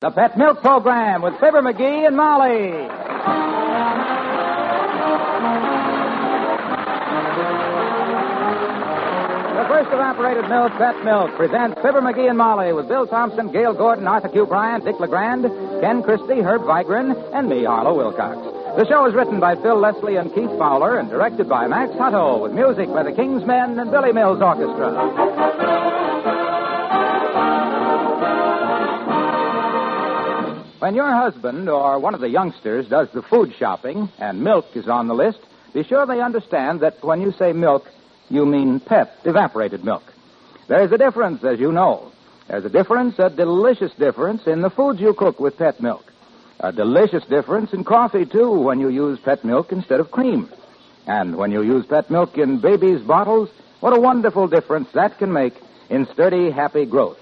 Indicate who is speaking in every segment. Speaker 1: The Pet Milk Program with Fibber McGee and Molly. The first evaporated milk, Pet Milk, presents Fibber McGee and Molly with Bill Thompson, Gail Gordon, Arthur Q. Bryant, Dick LeGrand, Ken Christie, Herb Vigran, and me, Harlow Wilcox. The show is written by Phil Leslie and Keith Fowler and directed by Max Hutto with music by the King's Men and Billy Mills Orchestra. When your husband or one of the youngsters does the food shopping and milk is on the list, be sure they understand that when you say milk, you mean pet evaporated milk. There's a difference, as you know. There's a difference, a delicious difference, in the foods you cook with pet milk. A delicious difference in coffee, too, when you use pet milk instead of cream. And when you use pet milk in babies' bottles, what a wonderful difference that can make in sturdy, happy growth.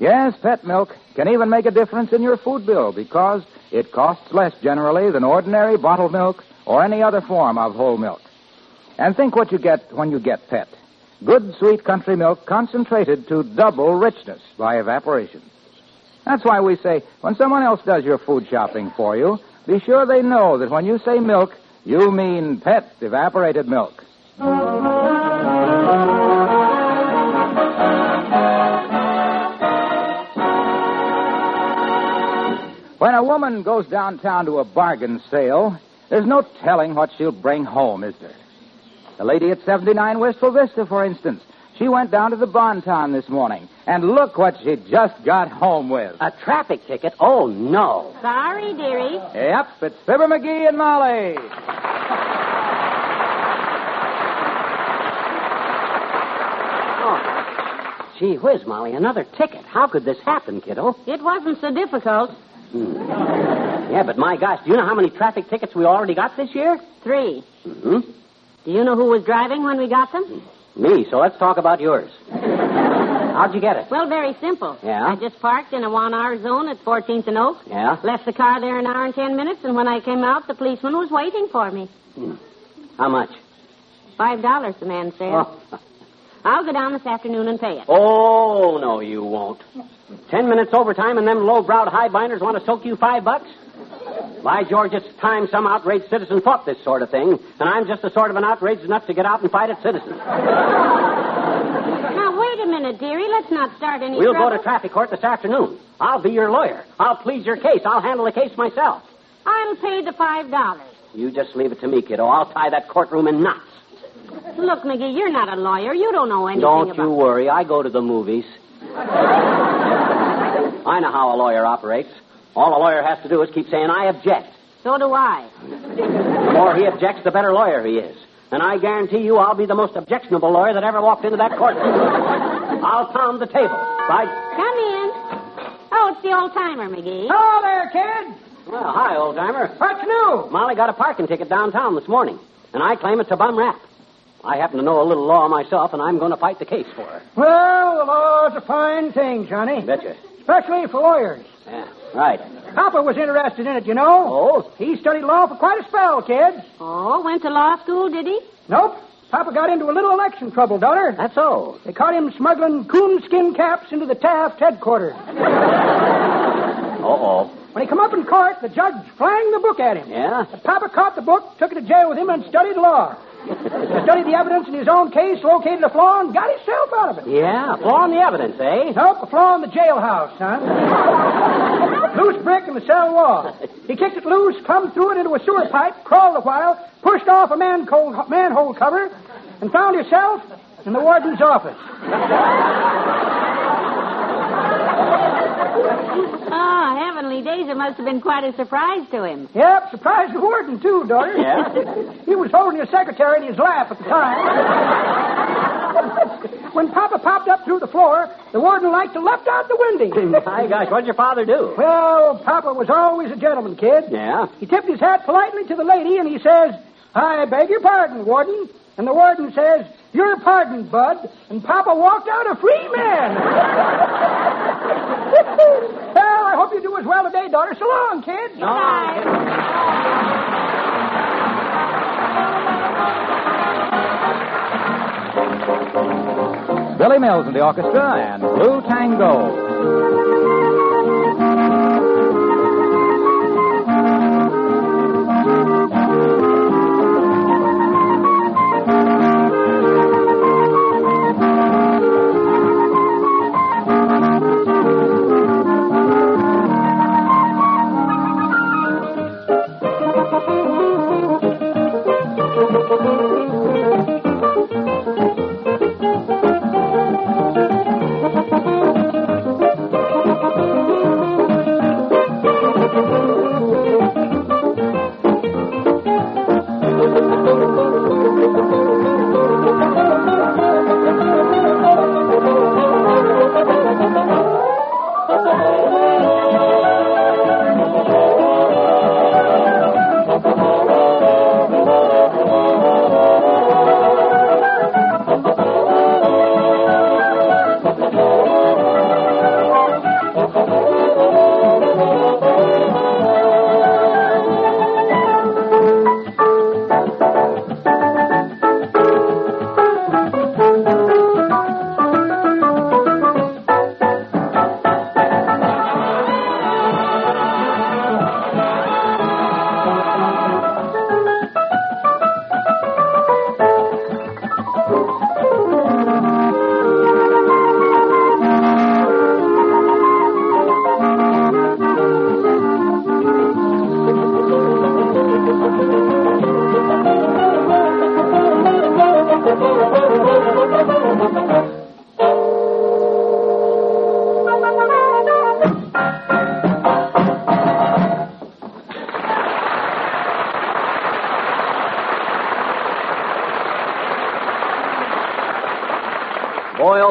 Speaker 1: Yes, pet milk can even make a difference in your food bill because it costs less generally than ordinary bottled milk or any other form of whole milk. And think what you get when you get pet. Good, sweet country milk concentrated to double richness by evaporation. That's why we say when someone else does your food shopping for you, be sure they know that when you say milk, you mean pet evaporated milk. When a woman goes downtown to a bargain sale, there's no telling what she'll bring home, is there? The lady at 79 Wistful Vista, for instance, she went down to the Bon Ton this morning, and look what she just got home with.
Speaker 2: A traffic ticket? Oh, no.
Speaker 3: Sorry, dearie.
Speaker 1: Yep, it's Fibber McGee and Molly.
Speaker 2: Oh. Gee whiz, Molly, another ticket. How could this happen, kiddo? Hmm.
Speaker 3: It wasn't so difficult.
Speaker 2: Yeah, but my gosh, do you know how many traffic tickets we already got this year?
Speaker 3: Three.
Speaker 2: hmm
Speaker 3: Do you know who was driving when we got them?
Speaker 2: Me, so let's talk about yours. How'd you get it?
Speaker 3: Well, very simple.
Speaker 2: Yeah?
Speaker 3: I just parked in a one hour zone at 14th and Oak.
Speaker 2: Yeah?
Speaker 3: Left the car there an hour and ten minutes, and when I came out, the policeman was waiting for me.
Speaker 2: How much?
Speaker 3: Five dollars, the man said.
Speaker 2: Oh.
Speaker 3: I'll go down this afternoon and pay it.
Speaker 2: oh, no, you won't. Ten minutes overtime and them low-browed highbinders want to soak you five bucks? By George, it's time some outraged citizen fought this sort of thing, and I'm just the sort of an outraged enough to get out and fight it citizen.
Speaker 3: Now, wait a minute, dearie. Let's not start any
Speaker 2: We'll go
Speaker 3: trouble.
Speaker 2: to traffic court this afternoon. I'll be your lawyer. I'll plead your case. I'll handle the case myself.
Speaker 3: I'll pay the five dollars.
Speaker 2: You just leave it to me, kiddo. I'll tie that courtroom in knots.
Speaker 3: Look, McGee, you're not a lawyer. You don't know anything
Speaker 2: Don't
Speaker 3: about...
Speaker 2: you worry. I go to the movies. I know how a lawyer operates. All a lawyer has to do is keep saying, I object.
Speaker 3: So do I.
Speaker 2: The more he objects, the better lawyer he is. And I guarantee you I'll be the most objectionable lawyer that ever walked into that courtroom. I'll pound the table. Right?
Speaker 3: Come in. Oh, it's the old timer, McGee.
Speaker 1: Hello there, kid.
Speaker 2: Well, hi, old timer.
Speaker 1: What's new?
Speaker 2: Molly got a parking ticket downtown this morning, and I claim it's a bum rap. I happen to know a little law myself, and I'm going to fight the case for her.
Speaker 4: Well, the law's a fine thing, Johnny.
Speaker 2: Betcha.
Speaker 4: Especially for lawyers.
Speaker 2: Yeah, right.
Speaker 4: Papa was interested in it, you know.
Speaker 2: Oh?
Speaker 4: He studied law for quite a spell, kids.
Speaker 3: Oh, went to law school, did he?
Speaker 4: Nope. Papa got into a little election trouble, daughter.
Speaker 2: That's so.
Speaker 4: They caught him smuggling coonskin caps into the Taft headquarters.
Speaker 2: Uh-oh.
Speaker 4: When he come up in court, the judge flung the book at him.
Speaker 2: Yeah?
Speaker 4: But Papa caught the book, took it to jail with him, and studied law. he studied the evidence in his own case, located a flaw, and got himself out of it.
Speaker 2: Yeah, flaw in the evidence, eh?
Speaker 4: Nope, a flaw in the jailhouse, son. loose brick in the cell wall. He kicked it loose, come through it into a sewer pipe, crawled a while, pushed off a man cold, manhole cover, and found himself in the warden's office.
Speaker 3: Oh, heavenly days. It must have been quite a surprise to him.
Speaker 4: Yep, surprised the warden, too, daughter.
Speaker 2: Yeah?
Speaker 4: He was holding his secretary in his lap at the time. when Papa popped up through the floor, the warden liked to leapt out the window.
Speaker 2: My gosh, what'd your father do?
Speaker 4: well, Papa was always a gentleman, kid.
Speaker 2: Yeah?
Speaker 4: He tipped his hat politely to the lady and he says, I beg your pardon, Warden. And the warden says, Your pardon, Bud. And Papa walked out a free man. well, I hope you do as well today, daughter. So long, kids.
Speaker 3: Bye.
Speaker 1: Billy Mills and the orchestra and Blue Tango.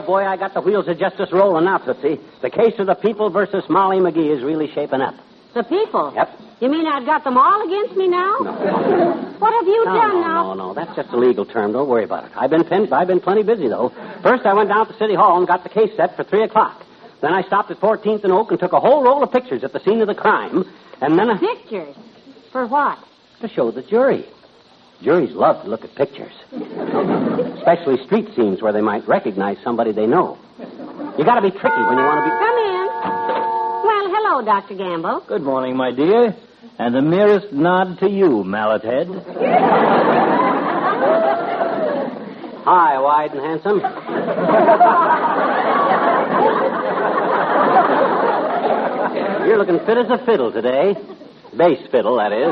Speaker 2: boy, I got the wheels of justice rolling now, Tootsie. The case of the people versus Molly McGee is really shaping up.
Speaker 3: The people.
Speaker 2: Yep.
Speaker 3: You mean I've got them all against me now? What have you
Speaker 2: No,
Speaker 3: done
Speaker 2: no, no,
Speaker 3: now?
Speaker 2: no. That's just a legal term. Don't worry about it. I've been pen- I've been plenty busy though. First, I went down to City Hall and got the case set for three o'clock. Then I stopped at 14th and Oak and took a whole roll of pictures at the scene of the crime, and then I...
Speaker 3: Pictures. For what?
Speaker 2: to show the jury. Juries love to look at pictures, especially street scenes where they might recognize somebody they know. You got to be tricky when you want to be.
Speaker 3: Come in. Well, hello, Dr. Gamble.
Speaker 5: Good morning, my dear. And the merest nod to you, mallet head.
Speaker 2: Hi, wide and handsome. You're looking fit as a fiddle today. Bass fiddle, that is.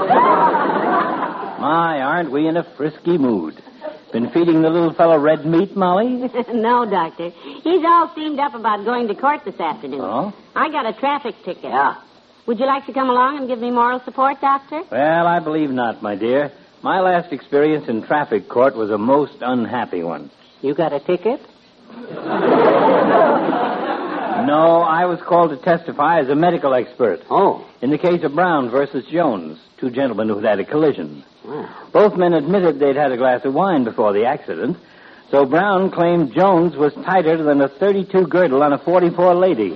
Speaker 5: My, aren't we in a frisky mood? Been feeding the little fellow red meat, Molly?
Speaker 3: no, Doctor. He's all steamed up about going to court this afternoon.
Speaker 5: Oh?
Speaker 3: I got a traffic ticket.
Speaker 2: Yeah.
Speaker 3: Would you like to come along and give me moral support, Doctor?
Speaker 5: Well, I believe not, my dear. My last experience in traffic court was a most unhappy one.
Speaker 2: You got a ticket?
Speaker 5: No, I was called to testify as a medical expert
Speaker 2: Oh.
Speaker 5: in the case of Brown versus Jones, two gentlemen who had had a collision.
Speaker 2: Well,
Speaker 5: Both men admitted they'd had a glass of wine before the accident, so Brown claimed Jones was tighter than a 32 girdle on a 44 lady.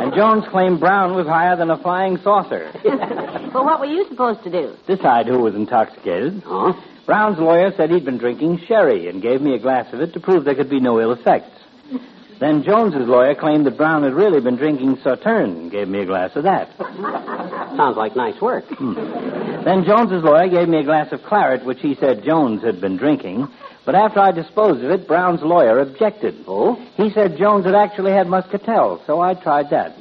Speaker 5: and Jones claimed Brown was higher than a flying saucer.
Speaker 3: well, what were you supposed to do?
Speaker 5: Decide who was intoxicated.
Speaker 2: Huh?
Speaker 5: Brown's lawyer said he'd been drinking sherry and gave me a glass of it to prove there could be no ill effects. Then Jones's lawyer claimed that Brown had really been drinking Sauterne and gave me a glass of that.
Speaker 2: Sounds like nice work.
Speaker 5: Then Jones's lawyer gave me a glass of claret, which he said Jones had been drinking. But after I disposed of it, Brown's lawyer objected.
Speaker 2: Oh?
Speaker 5: He said Jones had actually had muscatel, so I tried that.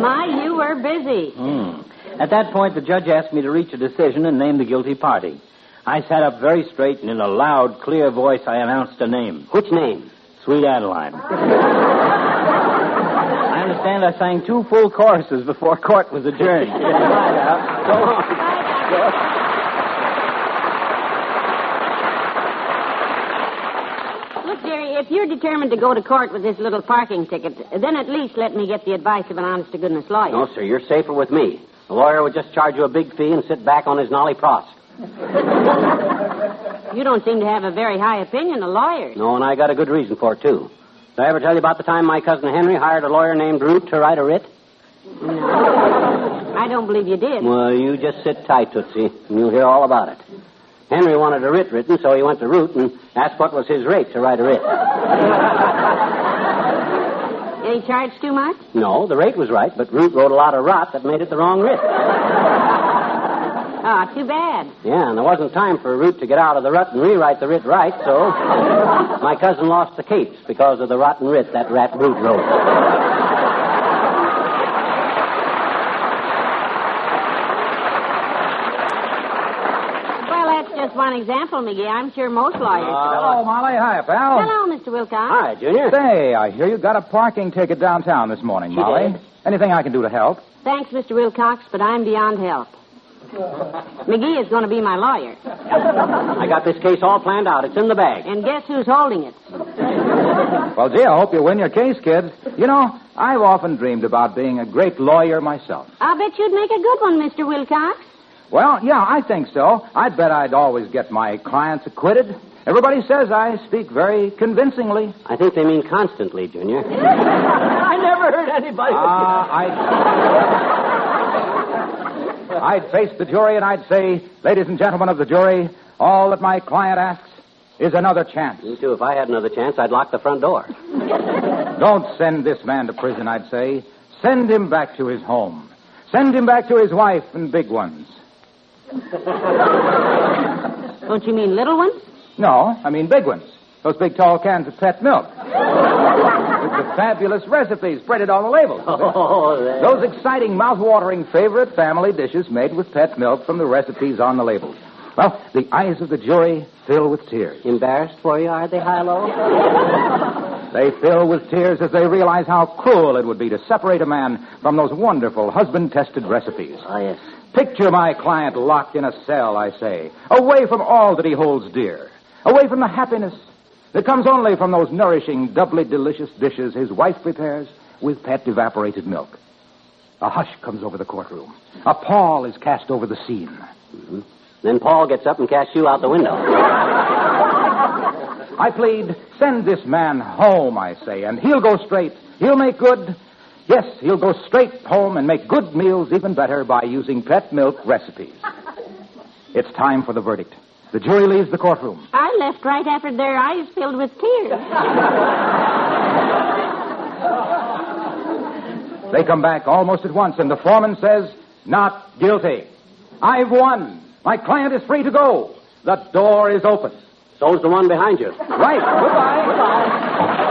Speaker 3: My, you were busy.
Speaker 5: Hmm. At that point, the judge asked me to reach a decision and name the guilty party. I sat up very straight, and in a loud, clear voice, I announced a name
Speaker 2: Which name?
Speaker 5: Sweet Adeline. I understand I sang two full choruses before court was adjourned.
Speaker 3: Look, dearie, if you're determined to go to court with this little parking ticket, then at least let me get the advice of an honest to goodness lawyer.
Speaker 2: No, sir, you're safer with me. The lawyer would just charge you a big fee and sit back on his nolly pross.
Speaker 3: You don't seem to have a very high opinion of lawyers.
Speaker 2: No, and I got a good reason for it, too. Did I ever tell you about the time my cousin Henry hired a lawyer named Root to write a writ?
Speaker 3: I don't believe you did.
Speaker 2: Well, you just sit tight, Tootsie, and you'll hear all about it. Henry wanted a writ written, so he went to Root and asked what was his rate to write a writ.
Speaker 3: They charge too much?
Speaker 2: No, the rate was right, but Root wrote a lot of rot that made it the wrong writ.
Speaker 3: Oh, too bad.
Speaker 2: Yeah, and there wasn't time for Root to get out of the rut and rewrite the writ right, so my cousin lost the capes because of the rotten writ that rat Root wrote.
Speaker 3: Well, that's just one example, McGee. I'm sure most lawyers.
Speaker 1: Hello, Molly. Hi, pal.
Speaker 3: Hello, Mr. Wilcox.
Speaker 2: Hi, Junior.
Speaker 1: Say, I hear you got a parking ticket downtown this morning, Molly.
Speaker 2: did.
Speaker 1: Anything I can do to help?
Speaker 3: Thanks, Mr. Wilcox, but I'm beyond help. McGee is going to be my lawyer.
Speaker 2: I got this case all planned out. It's in the bag.
Speaker 3: And guess who's holding it?
Speaker 1: Well, gee, I hope you win your case, kid. You know, I've often dreamed about being a great lawyer myself.
Speaker 3: I'll bet you'd make a good one, Mr. Wilcox.
Speaker 1: Well, yeah, I think so. I bet I'd always get my clients acquitted. Everybody says I speak very convincingly.
Speaker 2: I think they mean constantly, Junior. I never heard anybody.
Speaker 1: Ah, I'd... I'd face the jury and I'd say, ladies and gentlemen of the jury, all that my client asks is another chance.
Speaker 2: Me too. If I had another chance, I'd lock the front door.
Speaker 1: Don't send this man to prison, I'd say. Send him back to his home. Send him back to his wife and big ones.
Speaker 3: Don't you mean little ones?
Speaker 1: No, I mean big ones. Those big tall cans of pet milk. With the fabulous recipes printed on the labels.
Speaker 2: Oh, there.
Speaker 1: Those exciting, mouth-watering favorite family dishes made with pet milk from the recipes on the labels. Well, the eyes of the jury fill with tears.
Speaker 2: Embarrassed for you, are they, Hilo?
Speaker 1: They fill with tears as they realize how cruel it would be to separate a man from those wonderful husband-tested recipes.
Speaker 2: Oh, yes.
Speaker 1: Picture my client locked in a cell, I say, away from all that he holds dear. away from the happiness that comes only from those nourishing, doubly delicious dishes his wife prepares with pet evaporated milk. A hush comes over the courtroom. A pall is cast over the scene.
Speaker 2: Mm-hmm. Then Paul gets up and casts you out the window.
Speaker 1: I plead, send this man home, I say, and he'll go straight. He'll make good. Yes, he'll go straight home and make good meals even better by using pet milk recipes. It's time for the verdict. The jury leaves the courtroom.
Speaker 3: I left right after their eyes filled with tears.
Speaker 1: They come back almost at once, and the foreman says, Not guilty. I've won. My client is free to go. The door is open.
Speaker 2: So's the one behind you.
Speaker 1: Right. Goodbye.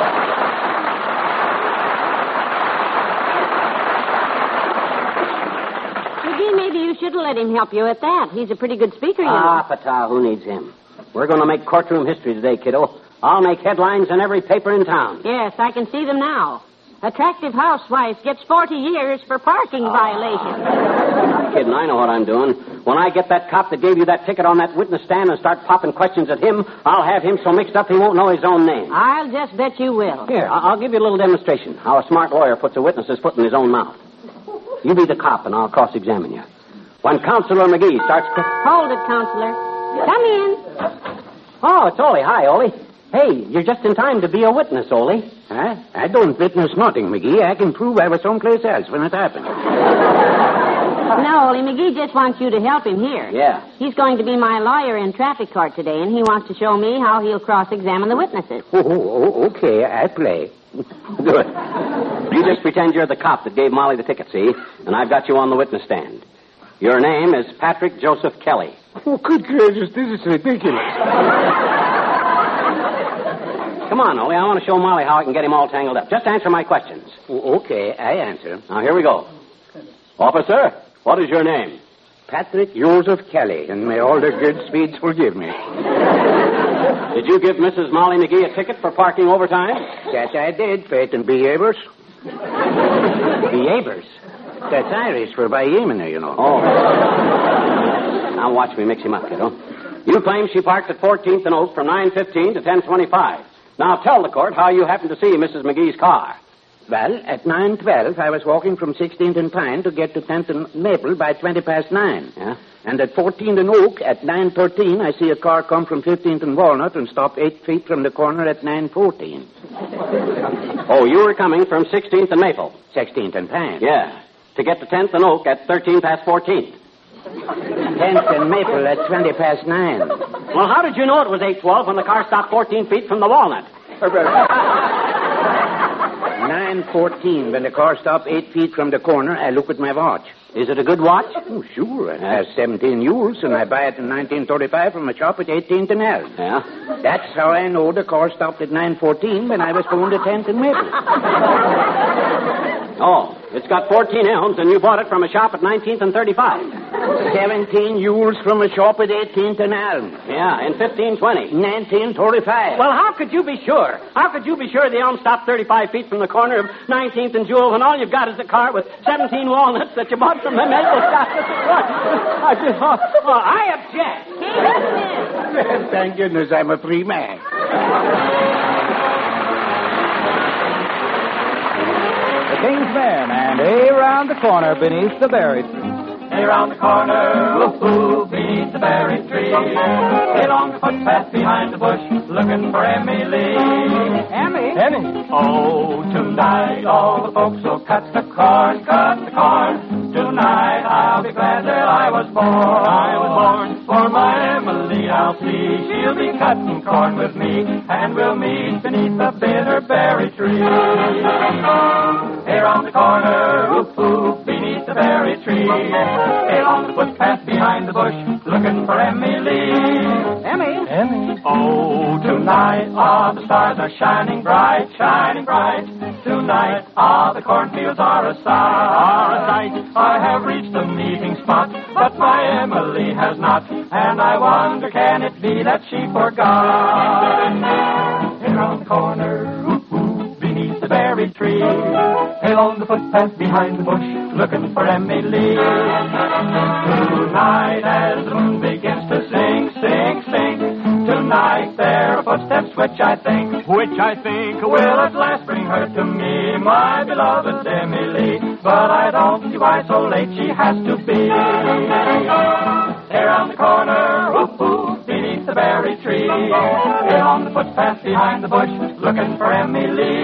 Speaker 3: McGee, maybe you should have let him help you at that. He's a pretty good speaker, you
Speaker 2: Ah, Pata, who needs him? We're going to make courtroom history today, kiddo. I'll make headlines in every paper in town.
Speaker 3: know. Yes, I can see them now. Attractive housewife gets 40 years for parking violation.
Speaker 2: I'm kidding. I know what I'm doing. When I get that cop that gave you that ticket on that witness stand and start popping questions at him, I'll have him so mixed up he won't know his own name.
Speaker 3: I'll just bet you will.
Speaker 2: Here, I- I'll give you a little demonstration how a smart lawyer puts a witness's foot in his own mouth. You be the cop, and I'll cross-examine you. When Counselor McGee starts. cr-
Speaker 3: Hold it, counselor. Come in.
Speaker 2: Oh, it's Ollie. Hi, Ollie. Hey, you're just in time to be a witness, Ollie. Huh? I don't witness nothing, McGee. I can prove I was someplace else when it happened.
Speaker 3: No, Ollie, McGee just wants you to help him here.
Speaker 2: Yeah.
Speaker 3: He's going to be my lawyer in traffic court today, and he wants to show me how he'll cross-examine the witnesses.
Speaker 2: Oh, oh, okay, I play. Good. You just pretend you're the cop that gave Molly the ticket, see? And I've got you on the witness stand. Your name is Patrick Joseph Kelly.
Speaker 6: Oh, good gracious, this is ridiculous.
Speaker 2: Come on, Ollie. I want to show Molly how I can get him all tangled up. Just answer my questions. Oh, Okay, I answer. Now, here we go. Officer, what is your name?
Speaker 6: Patrick Joseph Kelly, and may all the good speeds forgive me.
Speaker 2: Did you give Mrs. Molly McGee a ticket for parking overtime?
Speaker 6: That I did, Peyton Beavers.
Speaker 2: Beavers.
Speaker 6: That's Irish for Byemener, you know.
Speaker 2: Oh. now watch me mix him up, kiddo. You claim she parked at 14th and Oak from 9.15 to 10.25. Now tell the court how you happened to see Mrs. McGee's car.
Speaker 6: Well, at 9.12, I was walking from 16th and Pine to get to 10th and Maple by 20 past 9.
Speaker 2: Yeah?
Speaker 6: And at 14th and Oak, at 9.13, I see a car come from 15th and Walnut and stop 8 feet from the corner at 9.14.
Speaker 2: Oh, you were coming from 16th and Maple.
Speaker 6: 16th and Pine.
Speaker 2: Yeah. To get to 10th and Oak at 13 past 14.
Speaker 6: 10th and Maple at 20 past 9.
Speaker 2: Well, how did you know it was 8.12 when the car stopped 14 feet from the walnut?
Speaker 6: 9.14, when the car stopped 8 feet from the corner, I look at my watch.
Speaker 2: Is it a good watch?
Speaker 6: Oh, sure. It has 17 mules, and I buy it in 1935 from a shop at 18th and L.
Speaker 2: Yeah.
Speaker 6: That's how I know the car stopped at 9.14 when I was going to 10th and Maple.
Speaker 2: Oh, it's got 14 elms and you bought it from a shop at 19th and 35.
Speaker 6: 17 mules from a shop at 18th and Elm.
Speaker 2: Yeah, and 1520.
Speaker 6: 1935.
Speaker 2: Well, how could you be sure? How could you be sure the elm stopped 35 feet from the corner of 19th and Jewel when all you've got is a cart with 17 walnuts that you bought from the medical shop? I just, oh, oh, I object.
Speaker 6: thank goodness I'm a free man.
Speaker 1: The King's Men, and A Round the Corner Beneath the Berry Tree.
Speaker 7: Hey, round the corner, woo-hoo, beneath the berry tree. Hey, along the footpath behind the bush, looking for Emily. Emmy? Emmy. Oh, tonight all the folks will cut the corn, cut the corn. Tonight I'll be glad that I was born. I was born for my Emily, I'll see. She'll be cutting corn with me, and we'll meet beneath the bitter berry tree. Here on the corner, whoop whoop, beneath the berry tree. Here on the footpath behind the bush, looking for Emily.
Speaker 4: Emmy.
Speaker 7: Oh, tonight, all the stars are shining bright, shining bright. Tonight, all the cornfields are a sight, are a sight. I have reached the meeting spot, but my Emily has not. And I wonder, can it be that she forgot? Here on the corner, whoop whoop, beneath the berry tree. Hail on the footpath behind the bush, looking for Emily. Tonight, as the moon begins to sink, sink, sink, tonight there. footsteps, which I think, which I think will at last bring her to me, my beloved Emily. But I don't see why so late she has to be. Here on the corner, whoop whoop, beneath the berry tree. Here on the footpath behind the bush, looking for Emily.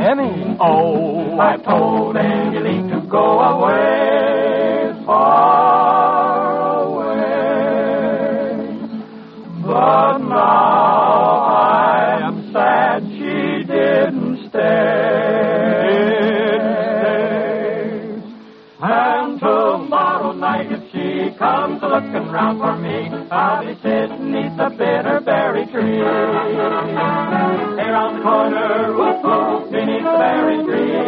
Speaker 7: Emmy. Oh, I've told Emily to go away, far away. But now I am sad she didn't stay. And tomorrow night, if she comes looking round for me, I'll be sitting neath the bitterberry tree. Here on the corner, whoop, whoop, beneath the berry tree.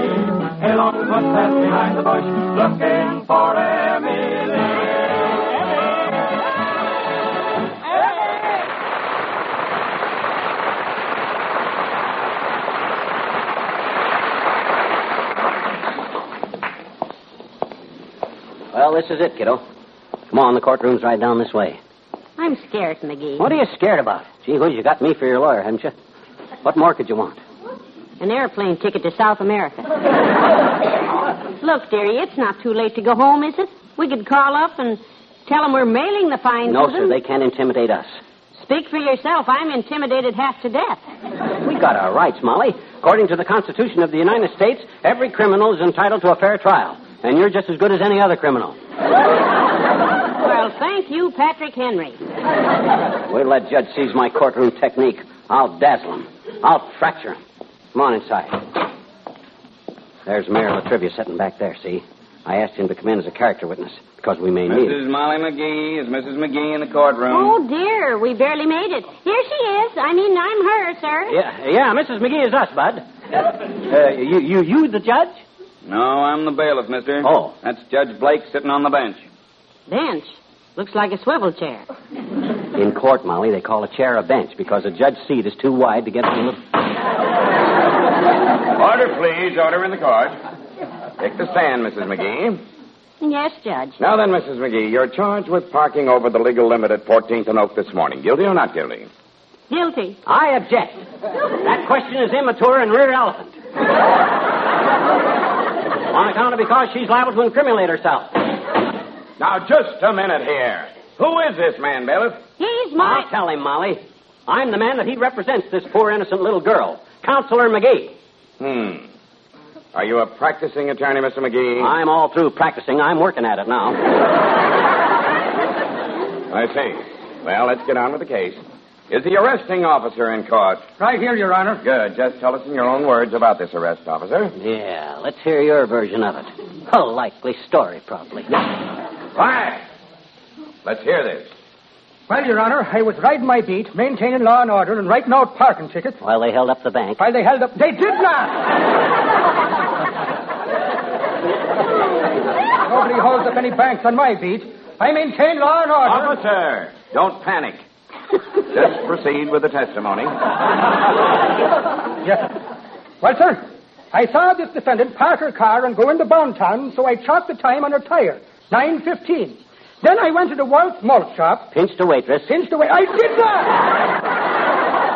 Speaker 7: Hey, long the footpath behind the bush, looking for Emily.
Speaker 2: Well, this is it, kiddo. Come on, the courtroom's right down this way.
Speaker 3: I'm scared, McGee.
Speaker 2: What are you scared about? Gee whiz, you got me for your lawyer, haven't you? What more could you want?
Speaker 3: An airplane ticket to South America. Look, dearie, it's not too late to go home, is it? We could call up and tell them we're mailing the fines.
Speaker 2: No,
Speaker 3: to
Speaker 2: sir,
Speaker 3: them.
Speaker 2: they can't intimidate us.
Speaker 3: Speak for yourself. I'm intimidated half to death.
Speaker 2: We got our rights, Molly. According to the Constitution of the United States, every criminal is entitled to a fair trial. And you're just as good as any other criminal.
Speaker 3: Well, thank you, Patrick Henry.
Speaker 2: Wait till that judge sees my courtroom technique. I'll dazzle him. I'll fracture him. Come on inside. There's Mayor Latrivia sitting back there, see? I asked him to come in as a character witness because we may need him.
Speaker 8: Mrs. Molly McGee is Mrs. McGee in the courtroom.
Speaker 3: Oh, dear, we barely made it. Here she is. I mean, I'm her, sir.
Speaker 2: Yeah, yeah, Mrs. McGee is us, bud. Uh, you, you, you the judge?
Speaker 8: No, I'm the bailiff, mister.
Speaker 2: Oh.
Speaker 8: That's Judge Blake sitting on the bench.
Speaker 3: Bench. Looks like a swivel chair.
Speaker 2: In court, Molly, they call a chair a bench because a judge's seat is too wide to get through the...
Speaker 8: Order, please. Order in the court. Take the stand, Mrs. McGee.
Speaker 3: Yes, Judge.
Speaker 8: Now then, Mrs. McGee, you're charged with parking over the legal limit at 14th and Oak this morning. Guilty or not guilty?
Speaker 3: Guilty.
Speaker 2: I object. That question is immature and rear elephant. on account of because she's liable to incriminate herself.
Speaker 8: Now, just a minute here. Who is this man, bailiff?
Speaker 3: He's my.
Speaker 2: I'll tell him, Molly. I'm the man that he represents, this poor innocent little girl, Counselor McGee.
Speaker 8: Hmm. Are you a practicing attorney, Mr. McGee?
Speaker 2: I'm all through practicing. I'm working at it now.
Speaker 8: I see. Well, let's get on with the case. Is the arresting officer in court?
Speaker 4: Right here, Your Honor.
Speaker 8: Good. Just tell us in your own words about this arrest, officer.
Speaker 2: Yeah, let's hear your version of it. A likely story, probably.
Speaker 8: Quiet! Let's hear this.
Speaker 4: Well, Your Honor, I was riding my beat, maintaining law and order, and writing out parking tickets
Speaker 2: While they held up the bank.
Speaker 4: while they held up. They did not! Nobody holds up any banks on my beat. I maintain law and order.
Speaker 8: Officer, don't panic. Just proceed with the testimony.
Speaker 4: Yes, sir. Well, sir, I saw this defendant park her car and go into Boundtown, so I chalked the time on her tire, 9.15. Then I went to the Waltz Malt Shop,
Speaker 2: Pinched a waitress.
Speaker 4: pinched away. I did not!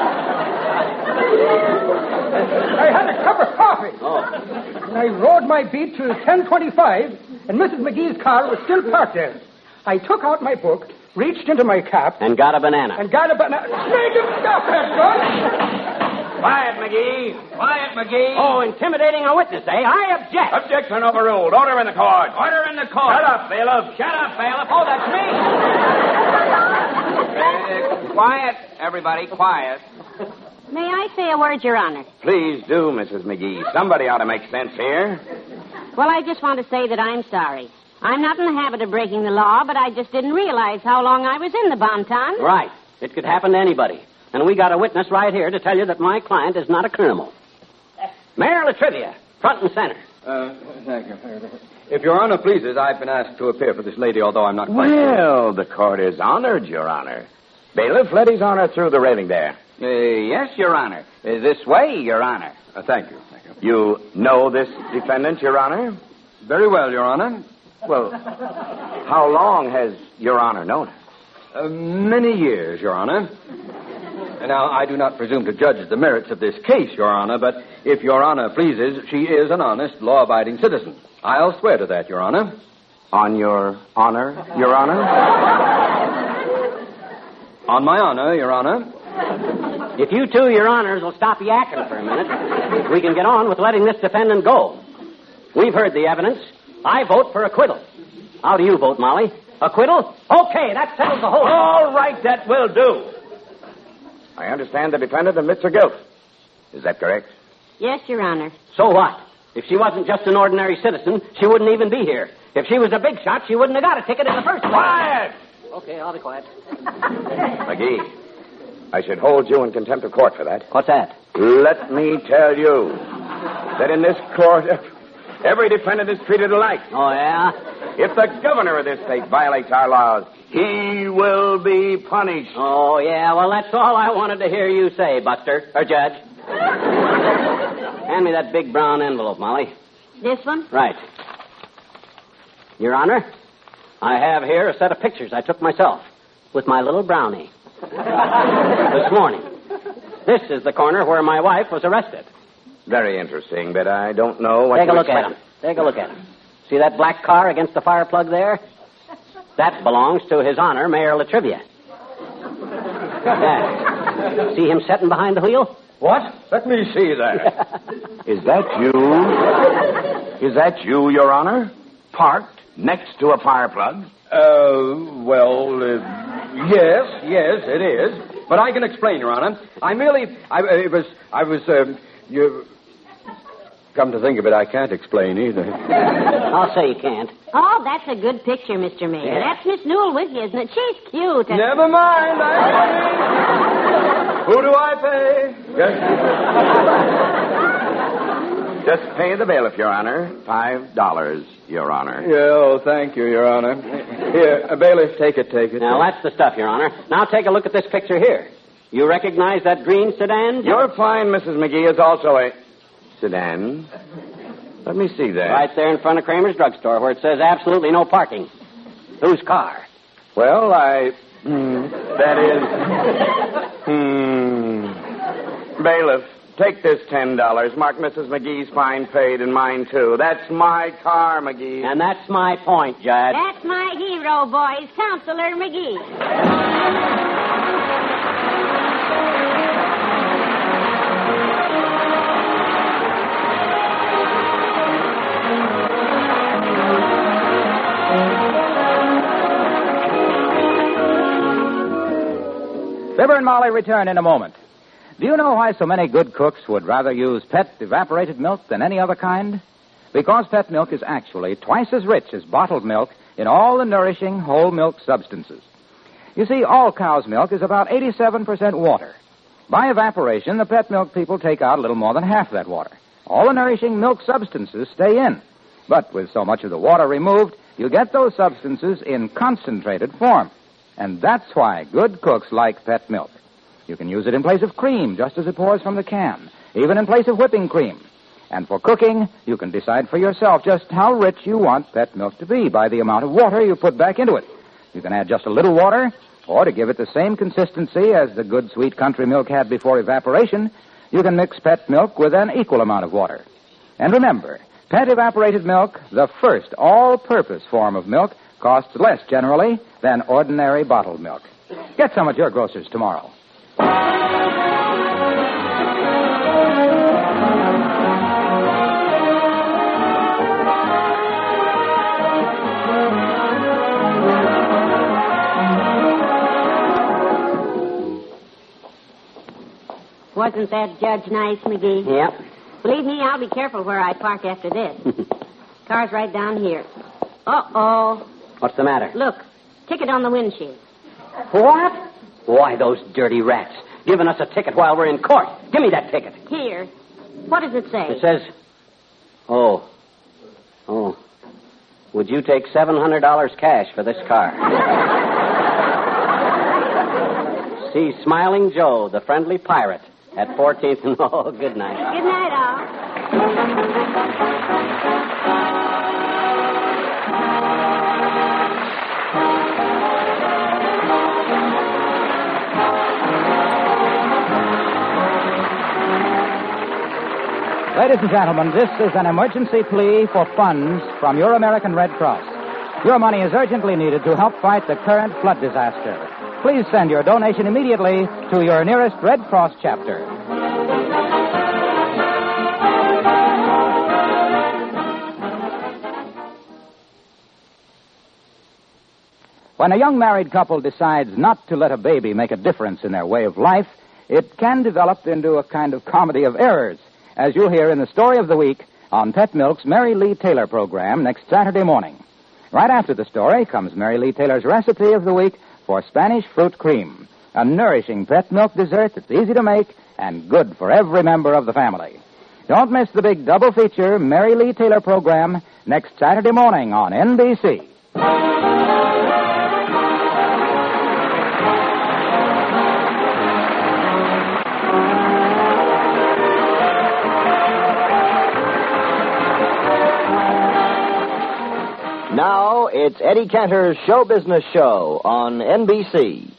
Speaker 4: I had a cup of coffee. And I rode my beat till 10.25, and Mrs. McGee's car was still parked there. I took out my book, reached into my cap,
Speaker 2: And got a banana.
Speaker 4: and got a banana. Make him stop, Petron!
Speaker 2: Quiet, McGee. Quiet, McGee. Oh, intimidating a witness, eh? I object.
Speaker 8: Objection overruled. Order in the court. Order in the court. Shut up, bailiff.
Speaker 2: Shut up, bailiff. Oh, that's me.
Speaker 8: quiet, everybody. Quiet.
Speaker 3: May I say a word, Your Honor?
Speaker 8: Please do, Mrs. McGee. Somebody ought to make sense here.
Speaker 3: Well, I just want to say that I'm sorry. I'm not in the habit of breaking the law, but I just didn't realize how long I was in the bon ton.
Speaker 2: Right. It could happen to anybody. And we got a witness right here to tell you that my client is not a criminal. Mayor Latrivia, front and center.
Speaker 9: Uh, thank you. If Your Honor pleases, I've been asked to appear for this lady, although I'm not quite sure.
Speaker 8: Well, the court is honored, Your Honor. Bailiff, let his honor through the railing there.
Speaker 9: Uh, yes, Your Honor. Uh, this way, Your Honor. Uh, thank you. Thank you.
Speaker 8: You know this defendant, Your Honor?
Speaker 9: Very well, Your Honor.
Speaker 8: Well, how long has Your Honor known her?
Speaker 9: Uh, many years, Your Honor. And now, I do not presume to judge the merits of this case, Your Honor, but if Your Honor pleases, she is an honest, law abiding citizen. I'll swear to that, Your Honor.
Speaker 6: On your honor, Your Honor?
Speaker 9: On my honor, Your Honor.
Speaker 2: If you two, Your Honors, will stop yakking for a minute, we can get on with letting this defendant go. We've heard the evidence. I vote for acquittal. How do you vote, Molly? Acquittal? Okay, that settles the whole.
Speaker 7: All right, that will do.
Speaker 8: I understand the defendant admits her guilt. Is that correct?
Speaker 3: Yes, Your Honor.
Speaker 2: So what? If she wasn't just an ordinary citizen, she wouldn't even be here. If she was a big shot, she wouldn't have got a ticket in the first place.
Speaker 7: Quiet!
Speaker 2: Okay, I'll be quiet.
Speaker 8: McGee, I should hold you in contempt of court for that.
Speaker 2: What's that?
Speaker 8: Let me tell you that in this court, every defendant is treated alike.
Speaker 2: Oh, yeah?
Speaker 8: If the governor of this state violates our laws, he will be punished.
Speaker 2: Oh, yeah. Well, that's all I wanted to hear you say, Buster, or Judge. Hand me that big brown envelope, Molly.
Speaker 3: This one?
Speaker 2: Right. Your Honor, I have here a set of pictures I took myself with my little brownie this morning. This is the corner where my wife was arrested.
Speaker 8: Very interesting, but I don't know what
Speaker 2: Take
Speaker 8: to
Speaker 2: a look at
Speaker 8: expect.
Speaker 2: him. Take a look at him. See that black car against the fire plug there? That belongs to His Honor Mayor Latrivia. Yeah. See him sitting behind the wheel?
Speaker 9: What? Let me see that.
Speaker 8: Is that you? Is that you, Your Honor? Parked next to a fire plug?
Speaker 9: Uh, well, uh, yes, yes, it is. But I can explain, Your Honor. I merely, I, uh, it was, I was, um, you. Come to think of it, I can't explain either.
Speaker 2: I'll say you can't.
Speaker 3: Oh, that's a good picture, Mr. Mayor. That's Miss Newell with you, isn't it? She's cute. and-
Speaker 9: Never mind. I Who do I pay? Yes.
Speaker 8: Just pay the bailiff, Your Honor. Five dollars, Your Honor.
Speaker 9: Yeah, oh, thank you, Your Honor. Here, uh, bailiff, take it, take it.
Speaker 2: Now, that's the stuff, Your Honor. Now, take a look at this picture here. You recognize that green sedan?
Speaker 8: Your fine, Mrs. McGee, is also a sedan. Let me see that.
Speaker 2: Right there in front of Kramer's drugstore where it says absolutely no parking. Whose car?
Speaker 8: Well, I. hmm, that is. Hmm. Bailiff, take this ten dollars. Mark Mrs. McGee's fine paid and mine too. That's my car, McGee.
Speaker 2: And that's my point, Judge.
Speaker 3: That's my hero, boys, Counselor McGee.
Speaker 1: Fibber and Molly return in a moment. Do you know why so many good cooks would rather use pet evaporated milk than any other kind? Because pet milk is actually twice as rich as bottled milk in all the nourishing whole milk substances. You see, all cow's milk is about 87% water. By evaporation, the pet milk people take out a little more than half that water. All the nourishing milk substances stay in. But with so much of the water removed, you get those substances in concentrated form. And that's why good cooks like pet milk. You can use it in place of cream, just as it pours from the can, even in place of whipping cream. And for cooking, you can decide for yourself just how rich you want pet milk to be by the amount of water you put back into it. You can add just a little water, or to give it the same consistency as the good sweet country milk had before evaporation, you can mix pet milk with an equal amount of water. And remember, pet evaporated milk, the first all purpose form of milk, costs less generally than ordinary bottled milk. Get some at your grocer's tomorrow.
Speaker 3: Wasn't that judge nice, McGee?
Speaker 2: Yep.
Speaker 3: Believe me, I'll be careful where I park after this. Car's right down here. Uh-oh.
Speaker 2: What's the matter?
Speaker 3: Look, ticket on the windshield.
Speaker 2: What? Why, those dirty rats. Giving us a ticket while we're in court. Give me that ticket.
Speaker 3: Here. What does it say?
Speaker 2: It says, Oh, oh, would you take $700 cash for this car? See Smiling Joe, the friendly pirate, at 14th and oh, good night.
Speaker 3: Good night, all.
Speaker 1: Ladies and gentlemen, this is an emergency plea for funds from your American Red Cross. Your money is urgently needed to help fight the current flood disaster. Please send your donation immediately to your nearest Red Cross chapter. When a young married couple decides not to let a baby make a difference in their way of life, it can develop into a kind of comedy of errors, as you'll hear in the story of the week on Pet Milk's Mary Lee Taylor program next Saturday morning. Right after the story comes Mary Lee Taylor's recipe of the week for Spanish fruit cream, a nourishing pet milk dessert that's easy to make and good for every member of the family. Don't miss the big double feature Mary Lee Taylor program next Saturday morning on NBC.
Speaker 10: Now it's Eddie Cantor's Show Business Show on NBC.